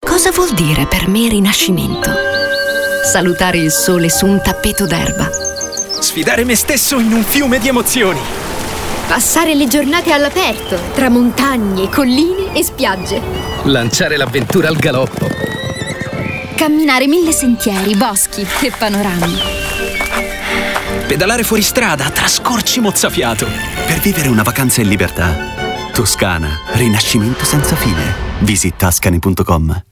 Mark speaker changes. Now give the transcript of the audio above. Speaker 1: Cosa vuol dire per me rinascimento? Salutare il sole su un tappeto d'erba.
Speaker 2: Sfidare me stesso in un fiume di emozioni.
Speaker 3: Passare le giornate all'aperto, tra montagne, colline e spiagge.
Speaker 4: Lanciare l'avventura al galoppo.
Speaker 5: Camminare mille sentieri, boschi e panorami.
Speaker 2: Pedalare fuori strada tra scorci mozzafiato.
Speaker 6: Per vivere una vacanza in libertà. Toscana, rinascimento senza fine. Visit toscani.com.